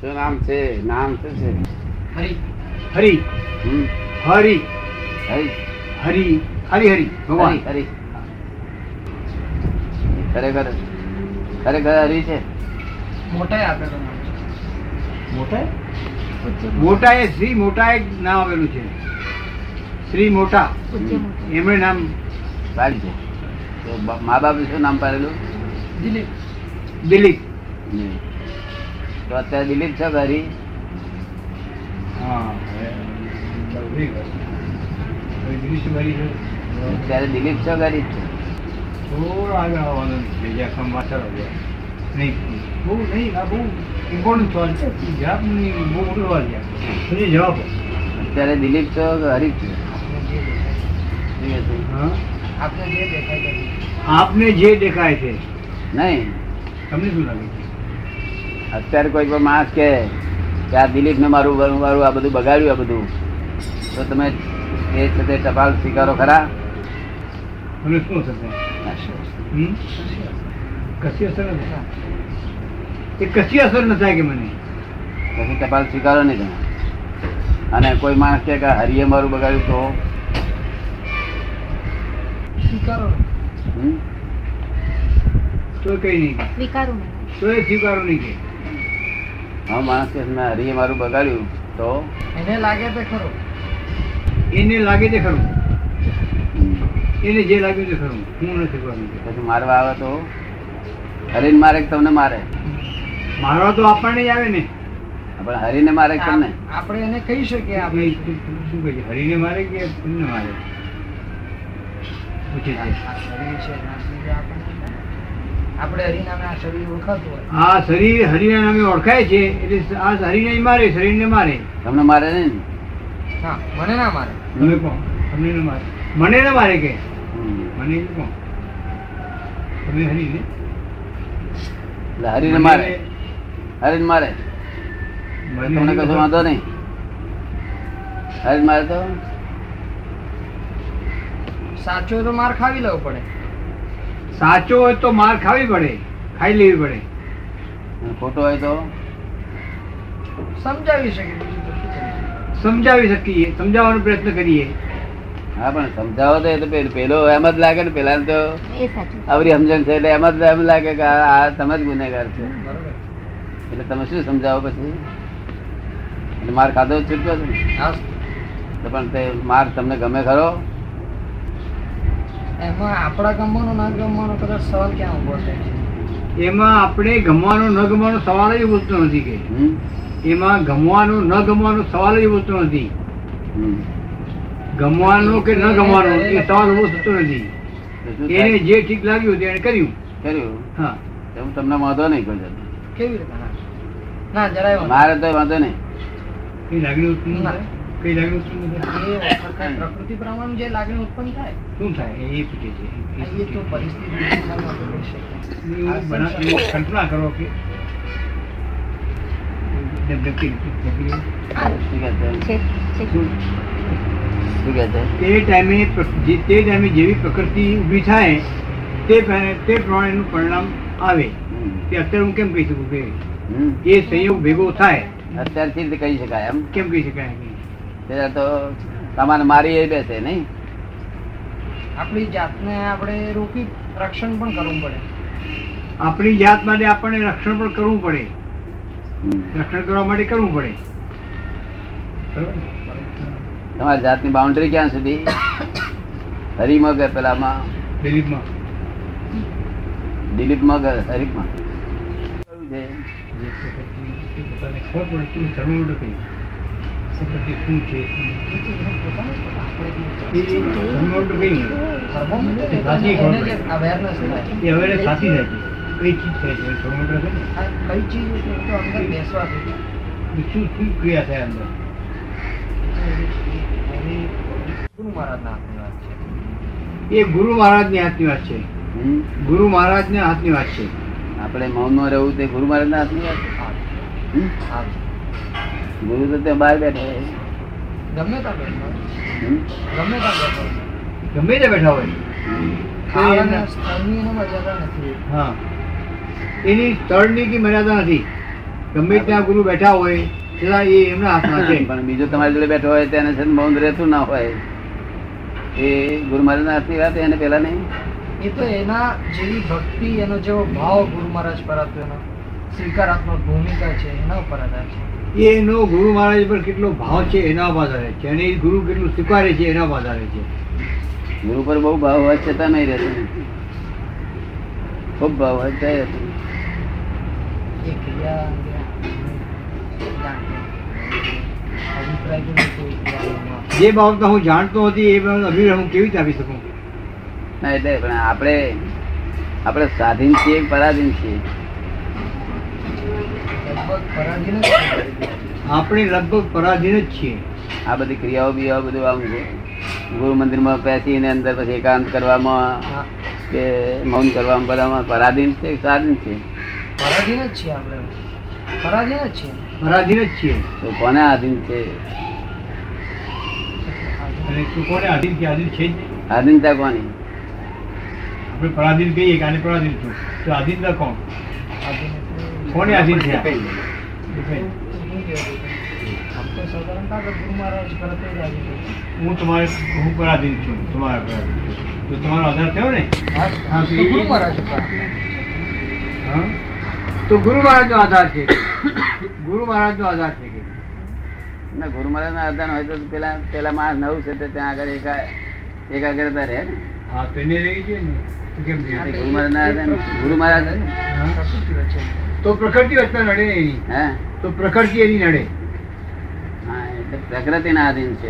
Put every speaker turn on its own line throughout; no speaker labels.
શું નામ છે નામ શું છે
હરી હરી
હમ
હરી
હરી
હરી ખાલી હરી ભગવાન
હરી હરી ખરેખર ખરેખર હરી છે
મોટાએ આપેલો નામ.
મોટા મોટા એ શ્રી મોટા એ નામ આવેલું છે શ્રી મોટા એમણે નામ
સારી છે તો બ- મા બાપે શું નામ પાડેલું
દિલીપ
દિલીપ
હમ. તો અત્યારે દિલીપ છે કે હરી
હા
અત્યારે દિલીપ છે કે હરી જ છે
જવાબ
અત્યારે દિલીપ છે કે હરી જ છે શું કહે છે?
હા
આપણે જે દેખાય તે દિલીપ.
આપને જે દેખાય છે
નહીં
તમને શું લાગે છે
અત્યારે કોઈ પણ માણસ કહે કે આ દિલીપ ને મારું મારું મારું આ બધું બગાડ્યું આ બધું તો તમે એ છે તે ટપાલ સ્વીકારો ખરા
મને શું થશે હમ? કશી અસર ન થાય. એ કશી અસર ન થાય કે મને
પછી ટપાલ સ્વીકારો નહીં તમે અને કોઈ માણસ કહે કે હરિએ મારું બગાડ્યું તો
સ્વીકારો
હમ?
તો કઈ નહીં કે.
સ્વીકારું
તો એ સ્વીકારો નહીં કે
હા માણસ કહે મેં હરિએ મારું બગાડ્યું તો
એને લાગે તો ખરો
એને લાગે છે ખરું
હમ.
એને જે લાગ્યું છે ખરું હું નથી કરવાનું કે.
પછી મારવા આવે તો હરિને મારે કે તમને મારે
મારવા તો આપણને જ આવે ને
પણ હરિને મારે કે તમને
આપ- આપણે એને કહી શકીએ આપણે
આપણે શું શું કહીએ હરીને મારે કે તમને મારે પૂછે
આ-
છે
આ શરીર છે એના લીધે આપણને આપણે હરિનામે આ શરીર ઓળખાતું હોય
આ શરીર હરિના નામે ઓળખાય છે એટલે આ હરીને જ મારે શરીરને મારે
તમને મારે નહીં ને?
હા મને ના મારે
તમે કહો તમને ન મારે મને ન મારે કે
હમ.
મને એ કહો તમે હરીને
એટલે હરિને મારે હરિને મારે
મને
તમને
હરી
કશો
તો-
વાંધો નહીં હરિને મારે તો
સાચો હોય તો માર ખાવી લેવો પડે
સાચો હોય તો માર ખાવી પડે ખાઈ લેવી પડે
અને ખોટો હોય તો
સમજાવી શકે બીજું તો શું સમજાવી?
સમજાવી શકીએ સમજાવવાનો પ્રયત્ન કરીએ
હા પણ સમજાવો તો એ તો પેલ- પેલો એમ જ લાગે ને પેલા તો
એ સાચું
આવરી સમજણ છે એટલે એમ જ એમ લાગે કે આ આ તમે જ ગુનેગાર છો
બરોબર
એટલે તમે શું સમજાવો પછી એટલે માર ખાધો જ છૂટકો છે ને
હા,
તો પણ તે માર તમને ગમે ખરો
એમાં આપણા ગમવાનો ના ગમવાનો કદાચ સવાલ ક્યાં ઉભો થાય છે
એમાં આપણે ગમવાનો ન ગમવાનો સવાલ જ ઉભતો નથી કે
હમ?
એમાં ગમવાનો ન ગમવાનો સવાલ જ ઉભતો નથી
હમ.
ગમવાનો કે ન ગમવાનો એ સવાલ ઉભો થતો નથી
તો શું
એને
થાય?
જે ઠીક લાગ્યું તેણે કર્યું
કર્યું
હા
તો હું તમને વાંધો નહીં કોઈ જાતનો.
કેવી રીતે ના? ના જરાય વાંધો
મારે તો વાંધો નહીં
કઈ લાગણી ઉત્પન્ન ન થાય? કઈ લાગણી ઉત્પન્ન ન થાય?
નહીં. એ વખતે પ્રકૃતિ પ્રમાણે જે લાગણી ઉત્પન્ન થાય
શું થાય એ પૂછે છે એ
એ તો
પૂછે છે.
પરિસ્થિતિ અનુસાર આપણે કરી શકીએ.
એવું બના- એવું કલ્પના કરો કે ધબધબતી- ધબધબતી.
શું કહે છે
છે છે.
શું
શું કહે છે
તે ટાઈમે પ્ર- જે- તે ટાઈમે જેવી પ્રકૃતિ ઊભી થાય તે પ્ર- તે પ્રમાણેનું પરિણામ આવે
હમ.
તે અત્યારે હું કેમ કહી શકું કે
હમ.
એ સંયોગ ભેગો થાય
અત્યારથી જ કહી શકાય એમ
કેમ કહી શકાય
ત્યારે તો તમારે મારી એ બેસે નહીં
આપણી જાતને આપણે રોકી રક્ષણ પણ કરવું પડે
આપણી જાત માટે આપણને રક્ષણ પણ કરવું પડે
હમ.
રક્ષણ કરવા માટે કરવું પડે બરાબર ને?
તમારી જાતની બાઉન્ડ્રી ક્યાં સુધી હરીમાં કે પેલામાં
દિલીપમાં
દિલીપમાં કે હરીફમાં કરવું છે.
જે પ્રકૃતિ પોતાને ખબર પડે તો એ સરળ થઈ પ્રકૃતિ શું છે
એ તો એનું પોતાનું જ પણ આપણે કેવું
એ
થર્મોમીટર એટલે એને
સરળ કઈ એ સાચી ખબર
જે
પડે.
awareness થાય.
એ હવે સાચી થાય છે કઈ ચીજ થાય છે સરળ છે ને
આ કઈ ચીજ છે એ તો અંદર બેસવાથી થાય.
એ શું શું ક્રિયા થાય અંદર
એ એની ગુરુ મહારાજના હાથની વાત છે.
એ ગુરુ મહારાજ ની હાથની વાત છે
હમ.
ગુરુ મહારાજ ની હાથની વાત છે
આપણે મૌનમાં રહેવું તે ગુરુ મહારાજના હાથની વાત છે.
હાથ,
હમ?
હાથ.
ગુરુ તો ત્યાં બહાર બેઠો હોય.
ગમે ત્યાં બેઠો હોય.
હમ?
ગમે ત્યાં બેઠો હોય.
ગમે તે બેઠા હોય
હમ.
ખાવાના સ્થળની એને મર્યાદા નથી
હા એની સ્થળની કે મર્યાદા નથી ગમે ત્યાં ગુરુ બેઠા હોય છતાં એ એમના હાથમાં છે
પણ બીજો તમારી જોડે બેઠો હોય તેને છે ને મૌન રહેતું ના હોય એ ગુરુ મહારાજના હાથની વાત એને પેલા નહીં
એ તો એના જેવી ભક્તિ એનો જેવો ભાવ ગુરુ મહારાજ પર હતો એનો સ્વીકારાત્મક ભૂમિકા છે એના ઉપર આધાર છે
એ એનો ગુરુ મહારાજ પર કેટલો ભાવ છે એના પર આધારે છે અને એ ગુરુ કેટલું સ્વીકારે છે એના પર આધારે છે
ગુરુ પર બહુ ભાવ હોય છતાં નહીં રહેતું ખૂબ ભાવ હોય છતાંય રહેતું નહીં.
એ ક્રિયા અંગે જાણીએ. અભિપ્રાય કે નહીં કોઈ ક્રિયાઓમાં.
જે બાબતમાં હું જાણતો હતી એ બાબત અભિપ્રાય હું કેવી રીતે આપી શકું
ના એટલે પણ આપણે આપણે સ્વાધીન છીએ કે પરાધીન છીએ
લગભગ પરાધીન જ છે.
આપણે લગભગ પરાધીન જ છીએ
આ બધી ક્રિયાઓ બિયાઓ બધું આમ છે ગુરુ મંદિરમાં બેસીને અંદર પછી એકાંત કરવામાં
હા,
કે મૌન કરવામાં બધામાં પરાધીન છે કે સ્વાધીન છે
પરાધીન જ છીએ આપણે પરાધીન જ છીએ
પરાધીન જ છીએ
તો કોને આધીન છે
અને તું કોને આધીન કે આધીન છે જ નહીં.
આધીનતા કોની
આપણે પરાધીન કહીએ કે આને પરાધીન છું તો આધીનતા કોણ
આધીન એટલે-
કોને આધીન છે
Depend.
શું કહેવાય? આમ તો સાધારણ કાગળ ગુરુ મહારાજ કરે તો જ આધીન છે.
હું તમારે હું પરાધીન છું તમારા પરાધીન છું. તો તમારો આધાર થયો ને
હા, તો ગુરુ મહારાજ ઉપર.
તો ગુરુ મહારાજ નો આધાર છે ગુરુ મહારાજ નો આધાર છે કે
ના ગુરુ મહારાજના આધાન હોય તો પેલા પેલા માણસ નવું છે તો ત્યાં આગળ એકા એકાગ્રતા રહે ને
હા તો એને રહી છે ને તો કેમ
એટલે
રહી?
ગુરુ મહારાજના આધાન ગુરુ મહારાજ હે ને?
હા?
પ્રકૃતિ રચના.
તો પ્રકૃતિ વચ્ચે નડે નહીં એની.
હે
તો પ્રકૃતિ એની નડે
હા એટલે પ્રકૃતિના આધીન છે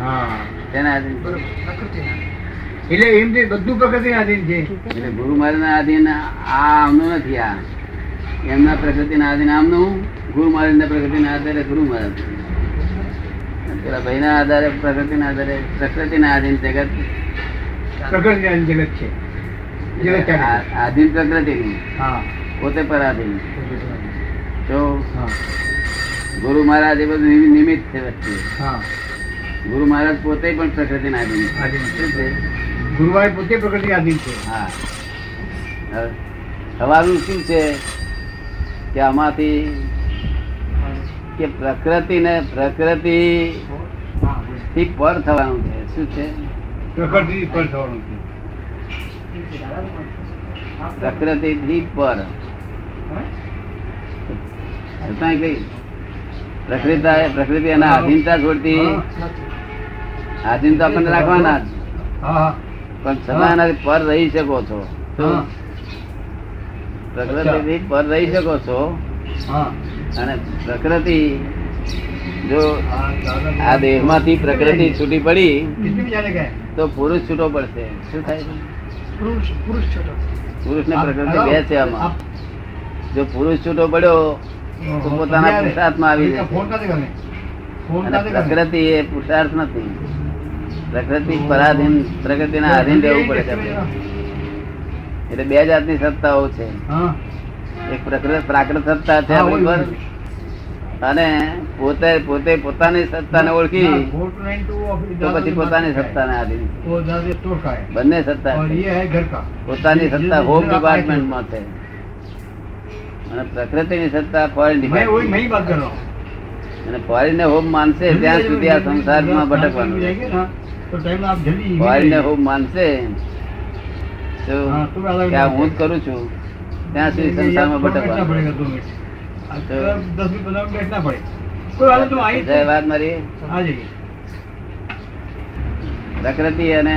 હા
તેના આધીન છે
બરોબર, પ્રકૃતિના.
એટલે એમ કે બધું પ્રકૃતિ આધીન છે
એટલે ગુરુ મહારાજના આધીન આ આમનું નથી આ એમના પ્રકૃતિના આધીન આમનું ગુરુ મહારાજના પ્રકૃતિના આધારે ગુરુ મહારાજ અને પેલા ભાઈના આધારે પ્રકૃતિના આધારે પ્રકૃતિના આધીન જગત
પ્રકૃતિ આધીન જગત છે જગત
એટલે આ-
ચાલે.
આધીન પ્રકૃતિની
હા
પોતે પરાધીન તો
હા
ગુરુ મહારાજ એ બધું નિમિ- નિમિત્ત છે વચ્ચે
હા
ગુરુ મહારાજ પોતે પણ પ્રકૃતિના આધીન છે.
આધીન છે.
શું છે
ગુરુવારે પોતે પ્રકૃતિ આધીન છે
હા હવે સવાલનું શું છે કે આમાંથી કે પ્રકૃતિને પ્રકૃતિ
હા, બોલો.
થી પર થવાનું છે શું છે
પ્રકૃતિ પર થવાનું છે
પ્રકૃતિ થી પર છતાંય કઈ પ્રકૃતિ પ્રકૃતિ એના આધીનતા છોડતી આધીનતા આપણને રાખવાના જ.
હા
પણ તમે એનાથી પર રહી શકો છો
હા
પ્રકૃતિ થી પર રહી શકો છો
હા
અને પ્રકૃતિ જો આ દેહમાંથી પ્રકૃતિ છૂટી પડી
इसमें क्या लगा है
તો પુરુષ છૂટો પડશે શું થાય છે
પુરુષ પુરુષ છોટો
પુરુષ ને પ્રકૃતિ
आप-
બે છે આમાં
आप-
જો પુરુષ છૂટો પડ્યો તો પોતાના
आप-
પુરુષાર્થમાં આવી
इसका
જશે.
फोन का देखा फोन
અને
का देखा
પ્રકૃતિ એ પુરુષાર્થ નથી પ્રકૃતિ પરાધીન પ્રકૃતિના આધીન રહેવું પડે છે આપણે. એટલે બે જાતની સત્તાઓ છે
हाँ
એક પ્રકૃતિ પ્રાકૃત સત્તા છે
હા,
આપણી
ઓળખી.
પર અને પોતે પોતે પોતાની સત્તાને ઓળખી
फोर नाइन टू ऑफ
તો પછી પોતાની સત્તાને આધીન
वो दादा स्टोर का है
બંને સત્તા
और
છે.
ये है घर का
પોતાની
ये- ये-
સત્તા
ये-
હોમ
ये- ये-
ડિપાર્ટમેન્ટમાં છે અને પ્રકૃતિની સત્તા ફોરેન
मैं वही
ડિપાર્ટમેન્ટ
मैं ही बात कर रहा हूँ
અને ફોરેન ને હોમ માનશે ત્યાં સુધી આ સંસારમાં ભટકવાનું છે.
जाएंगे ना तो टाइम आप जल्दी
વાળને હું માનશે તો
હા, તો બરાબર
કે આ હું જ કરું છું ત્યાં સુધી સંસારમાં
बैठना पड़ेगा
ભટકવાનું
दो मिनट आज
तो-
दस मिनट पंद्रह मिनट बैठना पड़ेगा कोई वाला तुम आइए
જય વાત મારી
आ जाइए
પ્રકૃતિ અને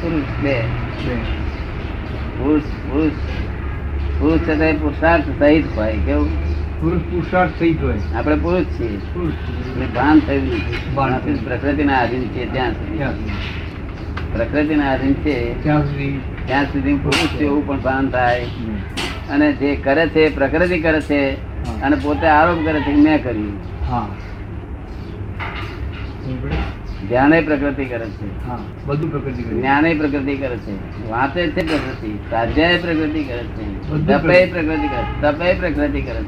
પુરુષ બે પુરુષ પુરુષ પુરુષ છે તે પુરુષાર્થ સહિત હોય કેવું
પુરુષ પુરુષાર્થ થઈ ગયો છે.
આપણે પુરુષ છીએ
પુરુષ.
એટલે ભાન થયું નથી.
ભાન
આપણે
થયું.
પ્રકૃતિના આધીન છીએ ત્યાં સુધી
ત્યાં સુધી.
પ્રકૃતિના આધીન છે
ત્યાં સુધી.
ત્યાં સુધી પુરુષ છે એવું પણ ભાન થાય અને જે કરે છે એ પ્રકૃતિ કરે છે
હા.
અને પોતે આરોપ કરે છે કે મેં કર્યું
હા.
ધ્યાને પ્રકૃતિ કરે છે
હા. બધું પ્રકૃતિ કરી.
જ્ઞાને પ્રકૃતિ કરે છે વાંચે છે પ્રકૃતિ સ્વાધ્યાય પ્રગતિ કરે છે
બધું
તપે
પ્રકૃતિ.
પ્રકૃતિ કરે છે તપે પ્રકૃતિ કરે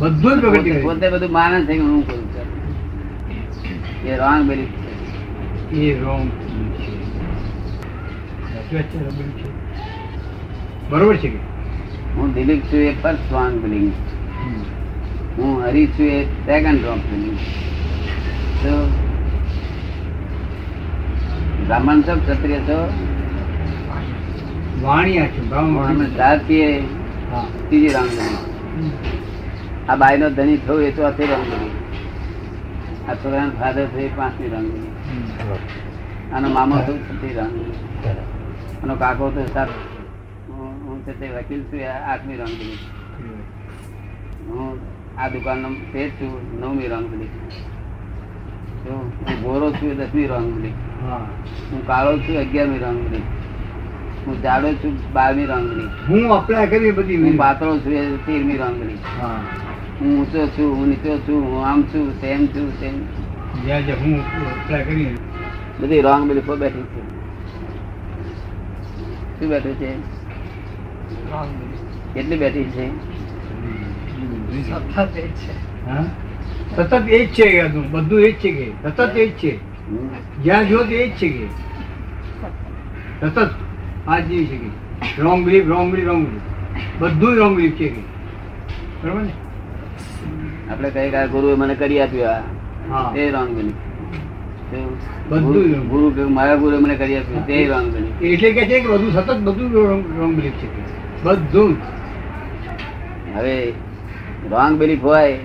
બધું જ
છે
પ્રકૃતિ
પોતે-
કરી.
પોતે બધું માને છે કે હું કરું છું એ રોંગ બિલીફ
એ wrong છે. સાચી વાત છે, રબડી છે. બરોબર છે કે
હું દિલીપ છું એ ફર્સ્ટ રોંગ બિલીફ હું હરી છું એ સેકન્ડ ડ્રોપ તો બ્રાહ્મણ છો ક્ષત્રિય છો
વાણિયા છું
અમે
બ્રાહ્મણ
સાત છીએ
હા
ત્રીજી રામધની આ બાઈનો ધણી થયો એ તો આથી રામધની આ છોકરાનો ફાધર થયો એ પાંચમી રામધની આનો મામો થયો છઠ્ઠી રામધની આનો કાકો તો સાત હું હું છે તે વકીલ છું એ આઠમી રામધની હું આ દુકાનનો તે જ છું નવમી રામધની જો હું ગોરો છું એ દસમી રામધની
હા
હું કાળો છું અગિયારમી રામધની હું જાડો છું બારમી રામધની
હું અપ્લાય કરી બધી
હું
વિધિ.
પાતળો છું એ તેરમી રામધની
હા
હું ઊંચો છું હું નીચો છું હું આમ છું તેમ છું તેમ
જ્યાં જ્યાં હું અપ્લાય કરી
બધી રોંગ બિલીફો બેઠી છે શું બેઠું છે
Wrong belief.
કેટલી બેઠી છે
સતત એ જ છે
હા? સતત એ જ છે કે આનું, બધું એ જ છે કે સતત એ જ છે
હમ.
જ્યાં જો તે એ જ છે કે સતત આ જ જેવી છે કે wrong belief wrong belief wrong બધું રોંગ બિલીફ છે કે બરાબર ને
આપણે કઈ કા ગુરુએ મને કરી આપ્યું
હા
આ તે રોંગ બિલીફ
બધું wrong.
ગુરુ કે મારા ગુરુએ મને કરી આપ્યું તે રોંગ બિલીફ
એટલે કે છે કે બધું સતત બધું રોંગ- રોંગ બિલીફ છે કે બધું
હવે રોંગ બિલીફ હોય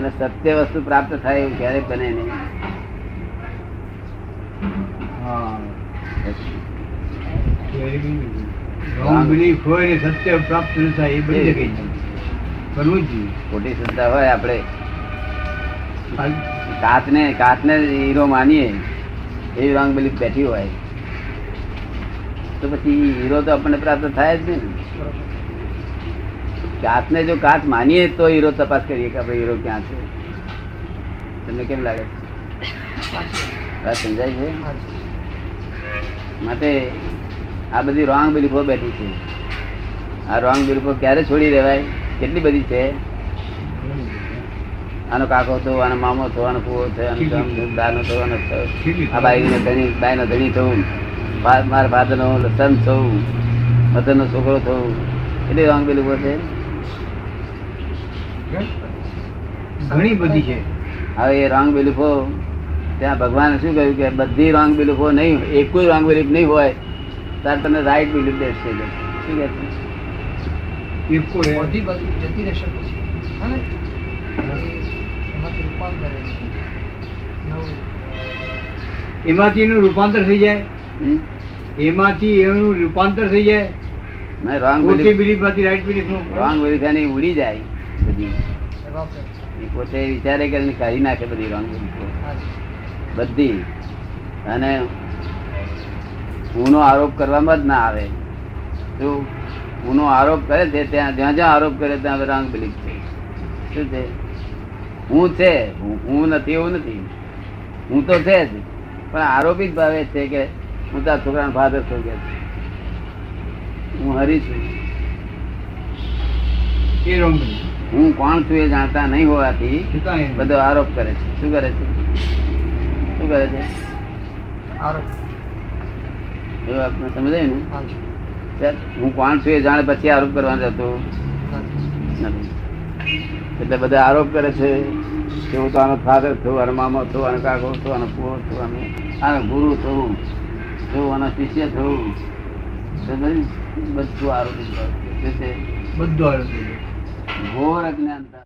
અને સત્ય વસ્તુ પ્રાપ્ત થાય એવું ક્યારેય બને નહીં
હા રોંગ બિલીફ હોય ને સત્ય પ્રાપ્ત ન થાય એ બની શકે છે બનવું જ જોઈએ
ખોટી શ્રદ્ધા હોય આપણે
આ-
કાચને કાચને હીરો માનીએ એવી રોંગ બિલીફ બેઠી હોય તો પછી હીરો તો આપણને પ્રાપ્ત થાય જ નહીં ને.
બરોબર.
કાચને જો કાચ માનીએ તો હીરો તપાસ કરીએ કે આપણે હીરો ક્યાં છે તમને કેમ લાગે છે?
સાચી
વાત સમજાય છે
વાત. સાચી.
માટે આ બધી રોંગ બિલીફો બેઠી છે આ રોંગ બિલીફો ક્યારે છોડી દેવાય કેટલી બધી છે આનો કાકો થયો આનો મામો થયો આનો ફુવો થયો આનો ગામ- દાનો થયો આનો થયો આ બાઈનો ધણી બાઈનો ધણી થવું ફા- મારા ફાધરનો સંત થવું મધરનો છોકરો થવું એટલે રોંગ બિલીફો છે
ઘણી બધી છે
હવે એ રોંગ બિલીફો ત્યાં ભગવાને શું કહ્યું કે બધી રોંગ બિલીફો નહીં એકોય રોંગ બિલીફ નહીં હોય ત્યારે તમને રાઈટ બિલીફ બેસશે શું કહે છે
એકો એ-
બધી બાજુ જતી રહેશે પછી અને એમાંથી રૂપાંતર રહે છે નવું
હમ?
એમાંથી એનું રૂપાંતર થઈ જાય એમાંથી એનું રૂપાંતર થઈ જાય
મેં રોંગ
ખોટી
બિલીફ
બિલીફ માંથી રાઈટ બિલીફ નું
રોંગ બિલીફ એની ઉડી જાય બધી
જવાબ રહે છે.
એ પોતે વિચારે કરીને કાઢી નાખે બધી રોંગ બિલીફો
હાજી.
બધી અને હુંનો આરોપ કરવામાં જ ના આવે જો હુંનો આરોપ કરે છે ત્યાં જ્યાં જ્યાં આરોપ કરે ત્યાં હવે રાંગ બિલીફ છે શું છે હું છે હું- હું નથી એવું નથી હું તો છે જ પણ આરોપી જ ભાવે છે કે હું તારા છોકરાનો ફાધર છું કે છે. હું હરી છું
એ રોંગ બિલીફ
હું કોણ છું એ જાણતા નહીં હોવાથી
છતાં એ-
બધો આરોપ કરે છે શું કરે છે શું કરે છે
આરોપ
એવું આપણે સમજાયું ને
હાજી.
સાહેબ, હું કોણ છું એ જાણે પછી આરોપ કરવાનો હતો
હાજી.
નથી એટલે બધા આરોપ કરે છે કે હું તો આનો ફાધર છું આનો મામો છું આનો કાકો છું આનો પુઓ છું આનો આનો ગુરુ છું છું આનો શિષ્ય છું સમજાયું? બધું આરોપી છે. શું છે?
બધું આવે
ઘોર અજ્ઞાનતા